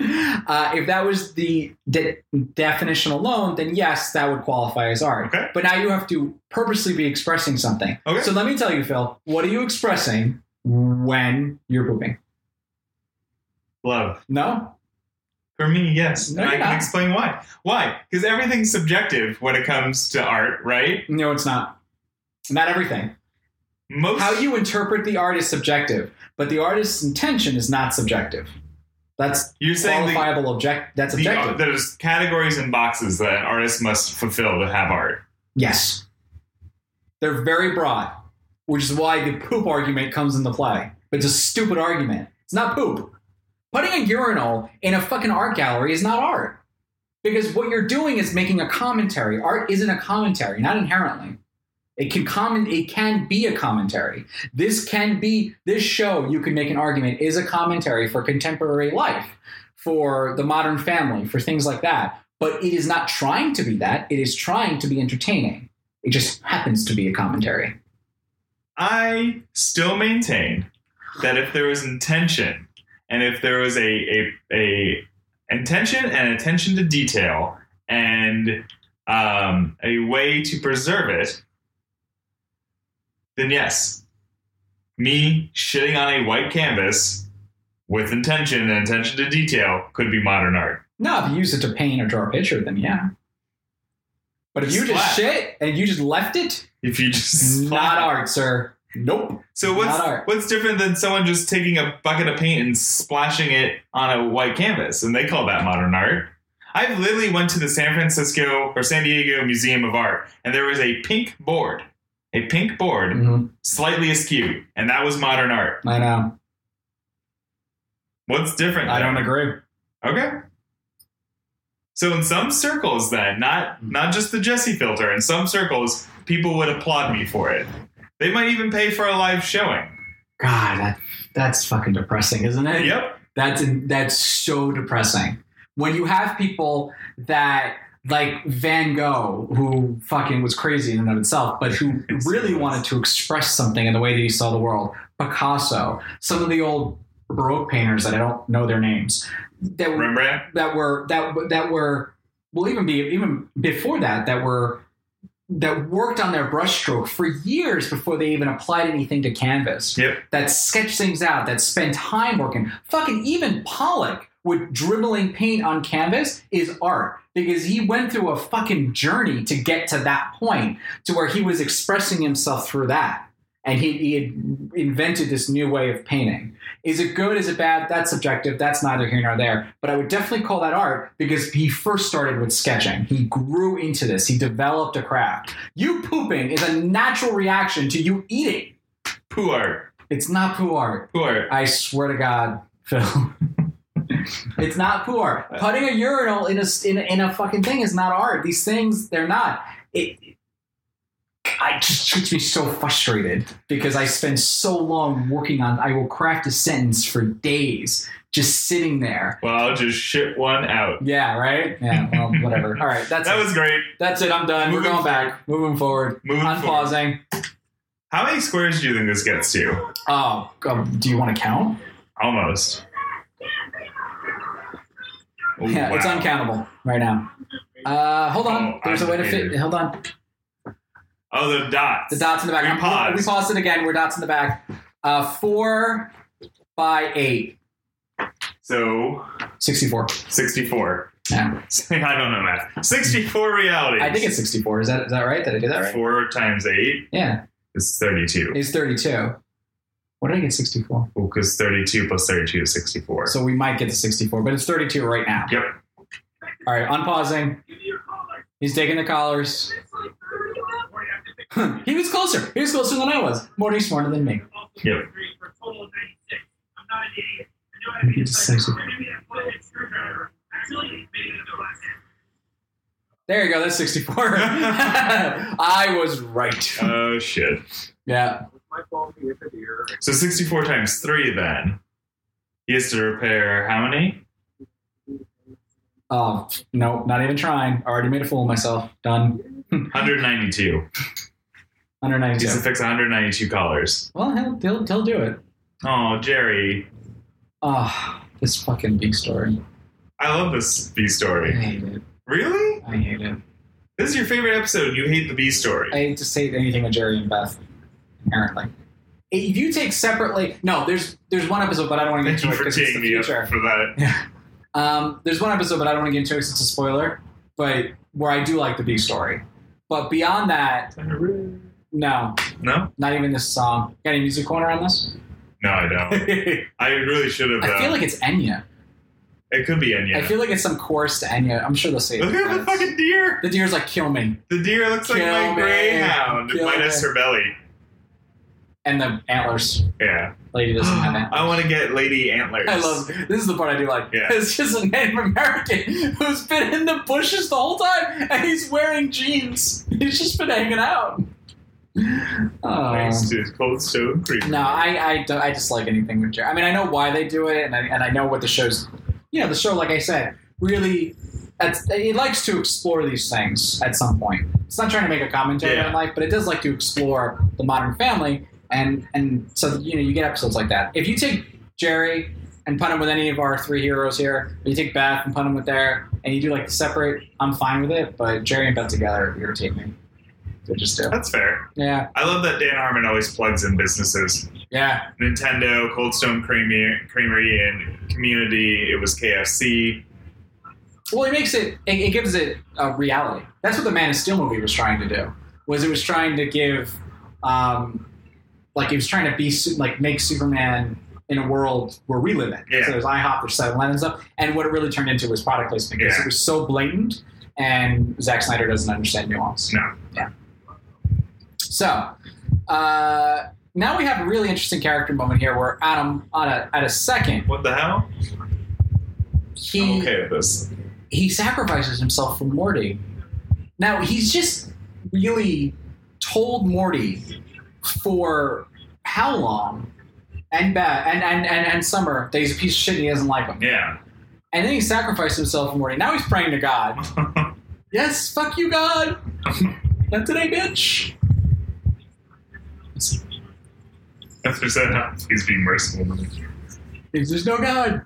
Speaker 1: Uh, if that was the de- definition alone, then yes, that would qualify as art.
Speaker 2: Okay.
Speaker 1: But now you have to purposely be expressing something.
Speaker 2: Okay.
Speaker 1: So let me tell you, Phil, what are you expressing when you're pooping?
Speaker 2: Love.
Speaker 1: No?
Speaker 2: For me, yes.
Speaker 1: No,
Speaker 2: and I
Speaker 1: you're
Speaker 2: can
Speaker 1: not.
Speaker 2: explain why. Why? Because everything's subjective when it comes to art, right?
Speaker 1: No, it's not. Not everything.
Speaker 2: Most
Speaker 1: How you interpret the art is subjective, but the artist's intention is not subjective. That's
Speaker 2: you're saying the
Speaker 1: qualifiable object. That's
Speaker 2: The-
Speaker 1: objective.
Speaker 2: there's categories and boxes that artists must fulfill to have art.
Speaker 1: yes. They're very broad, which is why the poop argument comes into play. It's a stupid argument. It's not poop. Putting a urinal in a fucking art gallery is not art. Because what you're doing is making a commentary. Art isn't a commentary, not inherently. It can comment it can be a commentary. This can be this show you can make an argument is a commentary for contemporary life, for the modern family, for things like that. But it is not trying to be that. It is trying to be entertaining. It just happens to be a commentary.
Speaker 2: I still maintain that if there was intention and if there was a a, a intention and attention to detail and um, a way to preserve it, then yes, me shitting on a white canvas with intention and attention to detail could be modern art.
Speaker 1: Now, if you use it to paint or draw a picture, then yeah. But if you just
Speaker 2: Slap.
Speaker 1: shit and you just left it,
Speaker 2: If you just
Speaker 1: not art, sir. Nope.
Speaker 2: So what's
Speaker 1: Not art.
Speaker 2: what's different than someone just taking a bucket of paint and splashing it on a white canvas, and they call that modern art? I've literally went to the San Francisco or San Diego Museum of Art, and there was a pink board, a pink board
Speaker 1: Mhm.
Speaker 2: slightly askew, and that was modern art.
Speaker 1: I know.
Speaker 2: What's different?
Speaker 1: I
Speaker 2: there?
Speaker 1: don't agree.
Speaker 2: Okay. So in some circles, then not
Speaker 1: Mm.
Speaker 2: not just the Jesse filter, in some circles, people would applaud me for it. They might even pay for a live showing.
Speaker 1: God, that that's fucking depressing, isn't it?
Speaker 2: Yep.
Speaker 1: That's that's so depressing. When you have people that like Van Gogh, who fucking was crazy in and of itself, but who really wanted to express something in the way that he saw the world. Picasso, some of the old Baroque painters that I don't know their names, that were
Speaker 2: Rembrandt.
Speaker 1: that were that that were well even be even before that that were that worked on their brushstroke for years before they even applied anything to canvas.
Speaker 2: Yep.
Speaker 1: That sketch things out, that spend time working. Fucking even Pollock with dribbling paint on canvas is art because he went through a fucking journey to get to that point to where he was expressing himself through that. And he, he had invented this new way of painting. Is it good? Is it bad? That's subjective. That's neither here nor there. But I would definitely call that art because he first started with sketching. He grew into this. He developed a craft. You pooping is a natural reaction to you eating.
Speaker 2: Poo art.
Speaker 1: It's not poo art.
Speaker 2: Poo art.
Speaker 1: I swear to God, Phil. it's not poo art. Putting a urinal in a, in a in a fucking thing is not art. These things, they're not. It. I it just gets me so frustrated because I spend so long working on. I will craft a sentence for days, just sitting there.
Speaker 2: Well, I'll just shit one out.
Speaker 1: Yeah, right. Yeah, well, whatever. All right, that's
Speaker 2: That
Speaker 1: it.
Speaker 2: was great.
Speaker 1: that's it. I'm done. We're
Speaker 2: Moving
Speaker 1: going back. Moving forward.
Speaker 2: Moving forward.
Speaker 1: Unpausing.
Speaker 2: How many squares do you think this gets to?
Speaker 1: Oh, um, do you want to count?
Speaker 2: Almost. Oh,
Speaker 1: Yeah, it's
Speaker 2: wow.
Speaker 1: uncountable right now. Uh, hold on.
Speaker 2: Oh,
Speaker 1: There's a way to
Speaker 2: activated.
Speaker 1: fit. Hold on.
Speaker 2: Oh, the dots.
Speaker 1: The dots in the back.
Speaker 2: We
Speaker 1: I'm-
Speaker 2: paused.
Speaker 1: we paused it again. We're dots in the back. Uh, four by eight.
Speaker 2: So
Speaker 1: 64.
Speaker 2: 64.
Speaker 1: Yeah.
Speaker 2: I don't know math. 64 realities.
Speaker 1: I think it's 64. Is that is that right? Did I do that right?
Speaker 2: four times eight
Speaker 1: Yeah.
Speaker 2: is 32.
Speaker 1: It's 32. What did I get 64?
Speaker 2: Because 32 plus 32 is 64.
Speaker 1: So we might get to 64, but it's 32 right now.
Speaker 2: Yep.
Speaker 1: All right. Unpausing.
Speaker 3: Give me your collar.
Speaker 1: He's taking the collars.
Speaker 3: It's like 30 left. Or you have to take
Speaker 1: he was closer. He was closer than I was. More smarter than me.
Speaker 3: all the
Speaker 2: Yep.
Speaker 3: three for a total of Maybe
Speaker 4: decisive.
Speaker 3: that one-handed screwdriver actually made it into the last hand.
Speaker 1: There you go. That's 64. I was right.
Speaker 2: Oh shit!
Speaker 1: Yeah.
Speaker 4: My fault he hit the deer.
Speaker 2: So sixty-four times three. Then he has to repair how many?
Speaker 1: Oh, no, not even trying. Already made a fool of myself. Done.
Speaker 2: One hundred ninety-two. He
Speaker 1: 192.
Speaker 2: has to fix one hundred ninety-two collars.
Speaker 1: Well, he'll, he'll, he'll do it.
Speaker 2: Oh, Jerry,
Speaker 1: Ah, this fucking big story.
Speaker 2: I love this B
Speaker 1: I
Speaker 2: story.
Speaker 1: hate it.
Speaker 2: Really?
Speaker 1: I hate it.
Speaker 2: This is your favorite episode. You hate the B story.
Speaker 1: I hate to say anything with Jerry and Beth, apparently. If you take separately, no, there's there's one episode, but I don't want to get
Speaker 2: Thank
Speaker 1: into
Speaker 2: you
Speaker 1: it because
Speaker 2: for
Speaker 1: it's the
Speaker 2: taking me up for
Speaker 1: future.
Speaker 2: that.
Speaker 1: Um, there's one episode, but I don't want to get into it because it's a spoiler. But where I do like the big story, but beyond that, no,
Speaker 2: No,
Speaker 1: not even this song. Got any music corner on this?
Speaker 2: no, I don't.
Speaker 1: I
Speaker 2: I really should have.
Speaker 1: feel
Speaker 2: uh,
Speaker 1: like it's Enya.
Speaker 2: it could be Enya.
Speaker 1: I feel like it's some chorus to Enya. I'm sure they'll say it.
Speaker 2: Look at the fucking deer.
Speaker 1: The deer's like kill me,
Speaker 2: The deer looks like
Speaker 1: Kill
Speaker 2: my
Speaker 1: me.
Speaker 2: greyhound
Speaker 1: Kill
Speaker 2: minus
Speaker 1: me.
Speaker 2: her belly.
Speaker 1: and the antlers
Speaker 2: Yeah.
Speaker 1: lady doesn't have antlers.
Speaker 2: I want to get lady antlers.
Speaker 1: I love this is the part I do like.
Speaker 2: Yeah.
Speaker 1: It's just a Native American who's been in the bushes the whole time and he's wearing jeans. He's just been hanging out. Oh.
Speaker 2: Thanks to Cold Stone Creek.
Speaker 1: No, I I, don't, I dislike anything with Jerry. I mean, I know why they do it, and I, and I know what the show's. You know, the show, like I said, really, it's, it likes to explore these things at some point. It's not trying to make a commentary
Speaker 2: Yeah.
Speaker 1: on life, but it does like to explore the modern family, and and so you know you get episodes like that. If you take Jerry and put him with any of our three heroes here, or you take Beth and put him with there, and you do like the separate, I'm fine with it. But Jerry and Beth together irritate me. They just do.
Speaker 2: That's fair.
Speaker 1: Yeah,
Speaker 2: I love that Dan Harmon always plugs in businesses.
Speaker 1: yeah,
Speaker 2: Nintendo, Cold Stone Creamery, Creamery and Community. It was KFC.
Speaker 1: Well, it makes it, it, it gives it a reality. That's what the Man of Steel movie was trying to do. Was it was trying to give, um, like it was trying to be su- like make Superman in a world where we live in.
Speaker 2: Yeah.
Speaker 1: So there's IHOP, there's Seven Eleven and stuff. And what it really turned into was product placement because
Speaker 2: Yeah.
Speaker 1: it was so blatant, and Zack Snyder doesn't understand nuance.
Speaker 2: No.
Speaker 1: Yeah. So. Uh, now we have a really interesting character moment here where Adam, on a, at a second,
Speaker 2: What the hell?
Speaker 1: he
Speaker 2: I'm okay with this.
Speaker 1: he sacrifices himself for Morty. Now he's just really told Morty for how long and bad and, and, and, and Summer that he's a piece of shit and he doesn't like him.
Speaker 2: Yeah.
Speaker 1: And then he sacrificed himself for Morty. Now he's praying to God. Yes, fuck you, God. Not today, bitch.
Speaker 2: That's what said. huh? Please be merciful to me.
Speaker 1: Because there's no God.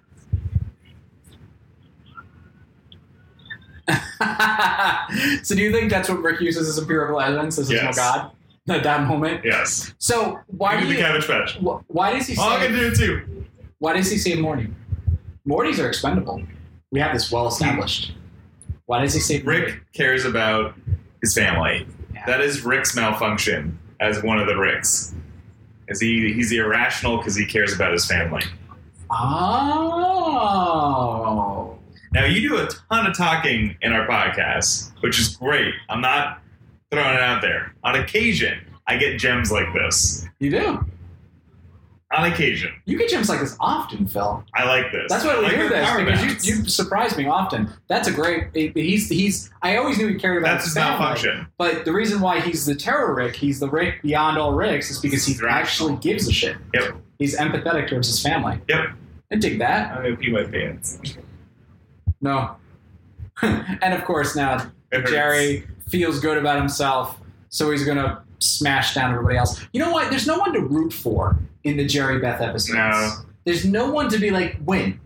Speaker 1: so do you think that's what Rick uses as empirical evidence? This is
Speaker 2: Yes.
Speaker 1: no God at that moment.
Speaker 2: Yes.
Speaker 1: So why
Speaker 2: Give
Speaker 1: do
Speaker 2: me the
Speaker 1: you,
Speaker 2: cabbage patch.
Speaker 1: wh- why does he
Speaker 2: Oh, I'm
Speaker 1: say
Speaker 2: gonna do it too.
Speaker 1: why does he say Morty? Mortys are expendable. We have this well established. Why does he say Morty?
Speaker 2: Rick cares about his family.
Speaker 1: Yeah.
Speaker 2: That is Rick's malfunction as one of the Ricks. Is he he's irrational because he cares about his family.
Speaker 1: Oh,
Speaker 2: Now you do a ton of talking in our podcast, which is great. I'm not throwing it out there. On occasion, I get gems like this.
Speaker 1: you do.
Speaker 2: On occasion,
Speaker 1: You get gems like this often, Phil.
Speaker 2: I like this.
Speaker 1: That's why
Speaker 2: I
Speaker 1: we
Speaker 2: like
Speaker 1: hear
Speaker 2: the
Speaker 1: this
Speaker 2: power
Speaker 1: because
Speaker 2: balance.
Speaker 1: you, you surprise me often. That's a great. He's he's. I always knew he cared about
Speaker 2: That's
Speaker 1: his
Speaker 2: his
Speaker 1: family,
Speaker 2: malfunction.
Speaker 1: But the reason why he's the terror Rick, he's the Rick beyond all Ricks, is because he
Speaker 2: He's rational.
Speaker 1: actually gives a shit.
Speaker 2: Yep.
Speaker 1: He's empathetic towards his family.
Speaker 2: Yep.
Speaker 1: I dig that.
Speaker 2: I'm gonna pee my pants.
Speaker 1: No. and of course now
Speaker 2: It hurts.
Speaker 1: Jerry feels good about himself, so he's gonna smash down everybody else. You know what? There's no one to root for in the Jerry Beth episodes.
Speaker 2: No.
Speaker 1: There's no one to be like win.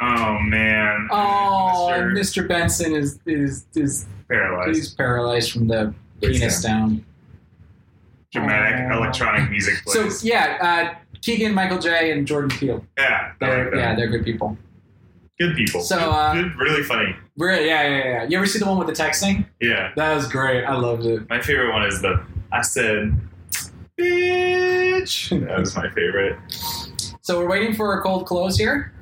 Speaker 2: Oh man.
Speaker 1: Oh,
Speaker 2: Mr.
Speaker 1: Mr. Benson is is is
Speaker 2: Paralyzed.
Speaker 1: he's paralyzed from the
Speaker 2: Waist
Speaker 1: penis down.
Speaker 2: Dramatic
Speaker 1: Oh.
Speaker 2: electronic music
Speaker 1: So
Speaker 2: plays.
Speaker 1: yeah, uh, Keegan, Michael J, and Jordan Peele.
Speaker 2: yeah, I like
Speaker 1: They're,
Speaker 2: that.
Speaker 1: yeah, they're good people.
Speaker 2: Good people.
Speaker 1: So, uh,
Speaker 2: good, really funny.
Speaker 1: Really, yeah, yeah, yeah. You ever see the one with the texting?
Speaker 2: Yeah.
Speaker 1: That was great. I loved it.
Speaker 2: My favorite one is the I said bitch. That was my favorite.
Speaker 1: So we're waiting for a cold close here.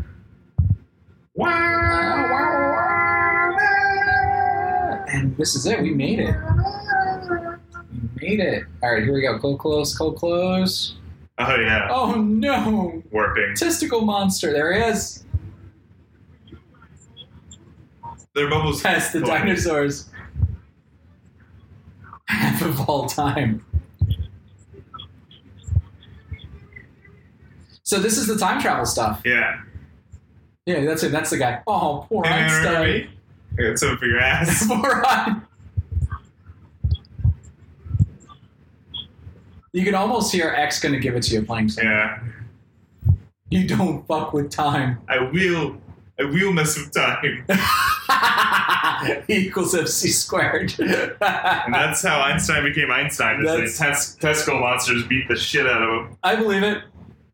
Speaker 1: And this is it. We made it. We made it. All right, here we go. Cold close, cold close.
Speaker 2: Oh yeah,
Speaker 1: Oh no!
Speaker 2: warping.
Speaker 1: Testicle monster, there he is.
Speaker 2: Their bubbles.
Speaker 1: That's the
Speaker 2: collide.
Speaker 1: dinosaurs. Half of all time. So this is the time travel stuff.
Speaker 2: Yeah.
Speaker 1: Yeah, that's it. That's the guy. Oh, poor Einstein.
Speaker 2: I got something for your ass.
Speaker 1: Poor Ein- You can almost hear X gonna give it to you playing. some-
Speaker 2: Yeah.
Speaker 1: You don't fuck with time.
Speaker 2: I will. I will mess with time,
Speaker 1: e equals MC squared.
Speaker 2: and that's how Einstein became Einstein. Is
Speaker 1: That's-
Speaker 2: that tes- Tesco monsters beat the shit out of him.
Speaker 1: I believe it.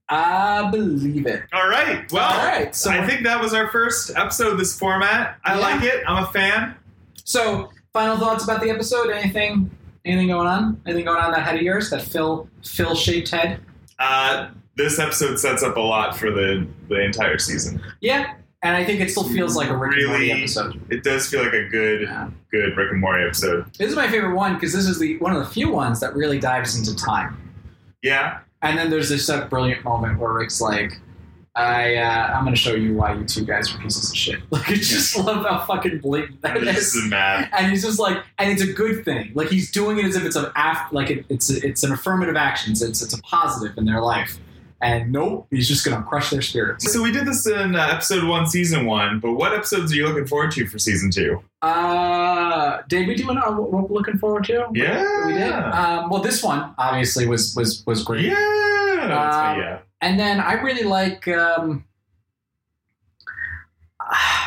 Speaker 1: I believe it.
Speaker 2: All right. Well.
Speaker 1: All right. So,
Speaker 2: I think that was our first episode of this format. I
Speaker 1: Yeah.
Speaker 2: like it. I'm a fan.
Speaker 1: so final thoughts about the episode. Anything? Anything going on? Anything going on in that head of yours? That Phil Phil shaped head?
Speaker 2: Uh, this episode sets up a lot for the the entire season.
Speaker 1: Yeah. And I think it still feels like a Rick and Morty
Speaker 2: Really?
Speaker 1: episode.
Speaker 2: It does feel like a good
Speaker 1: Yeah.
Speaker 2: good Rick and Morty episode.
Speaker 1: This is my favorite one because this is the one of the few ones that really dives into time.
Speaker 2: Yeah,
Speaker 1: And then there's this uh, brilliant moment where Rick's like, "I uh, I'm going to show you why you two guys are pieces of shit." Like I just love how fucking blatant that is.
Speaker 2: this is mad.
Speaker 1: and he's just like, and it's a good thing. Like he's doing it as if it's an af- like it, it's it's an affirmative action. It's it's a positive in their life. And nope, he's just gonna crush their spirits.
Speaker 2: So we did this in uh, episode one, season one. But what episodes are you looking forward to for season two?
Speaker 1: Uh, did we do an? Uh, what we're looking forward to?
Speaker 2: Yeah,
Speaker 1: we did. Um, well, this one obviously was was was great.
Speaker 2: yeah, That's-
Speaker 1: Um,
Speaker 2: yeah.
Speaker 1: And then I really like. Um,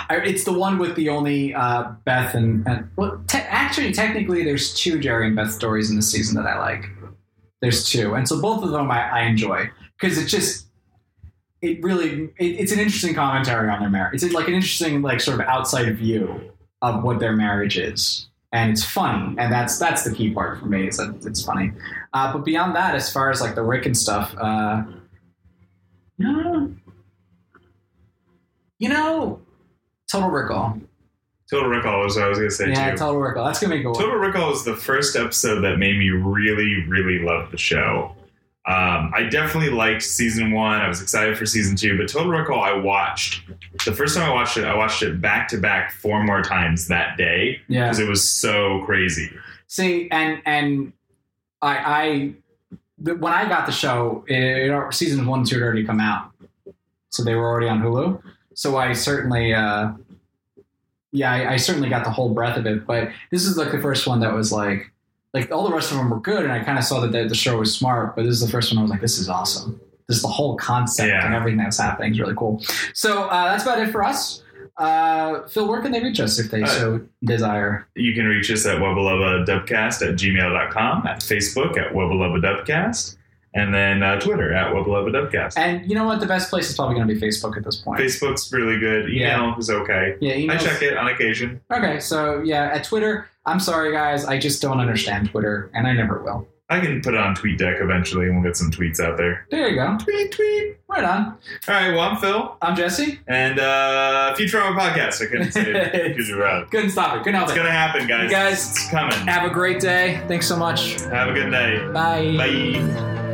Speaker 1: I- it's the one with the only uh, Beth and, and well, te- actually, technically, there's two Jerry and Beth stories in this season that I like. There's two, and so both of them I, I enjoy because it just it really it, it's an interesting commentary on their marriage. It's like an interesting like sort of outside view of what their marriage is, and it's funny, and that's that's the key part for me is that it's funny. Uh, but beyond that, as far as like the Rick and stuff, uh, no. You know, Total Recall.
Speaker 2: Total Recall was what I was gonna say
Speaker 1: yeah,
Speaker 2: too.
Speaker 1: Total Recall. That's gonna make a
Speaker 2: Total Recall was the first episode that made me really, really love the show. Um, I definitely liked season one. I was excited for season two, but Total Recall I watched the first time I watched it. I watched it back to back four more times that day
Speaker 1: Yeah.
Speaker 2: because it was so crazy.
Speaker 1: See, and and I I the- when I got the show, it, it, seasons one and two had already come out, so they were already on Hulu. So I certainly, uh, yeah, I, I certainly got the whole breadth of it. But this is like the first one that was like, like all the rest of them were good, and I kind of saw that the, the show was smart. But this is the first one I was like, this is awesome. This is the whole concept
Speaker 2: Yeah.
Speaker 1: and everything that's happening is really cool. So uh, that's about it for us. Uh, Phil, where can they reach us if they
Speaker 2: Uh,
Speaker 1: so desire?
Speaker 2: You can reach us at wubbalubadubcast at gmail.com, at Facebook at wubbalubadubcast, and then uh, Twitter at wubbalubadubcast.
Speaker 1: And you know what? The best place is probably going to be Facebook at this point.
Speaker 2: Facebook's really good. Email is okay.
Speaker 1: Yeah,
Speaker 2: I
Speaker 1: emails.
Speaker 2: check it on occasion.
Speaker 1: Okay, so yeah, at Twitter. I'm sorry, guys. I just don't understand Twitter, and I never will.
Speaker 2: I can put it on TweetDeck eventually, and we'll get some tweets out there.
Speaker 1: There you go.
Speaker 2: Tweet, tweet.
Speaker 1: Right on.
Speaker 2: All right, well, I'm Phil,
Speaker 1: I'm Jesse.
Speaker 2: and uh, Futurama podcast. I couldn't say it. Futurama.
Speaker 1: Couldn't stop it. Couldn't help
Speaker 2: It's
Speaker 1: it.
Speaker 2: gonna happen, guys.
Speaker 1: You guys-
Speaker 2: it's coming.
Speaker 1: Have a great day. Thanks so much.
Speaker 2: Have a good night. Bye.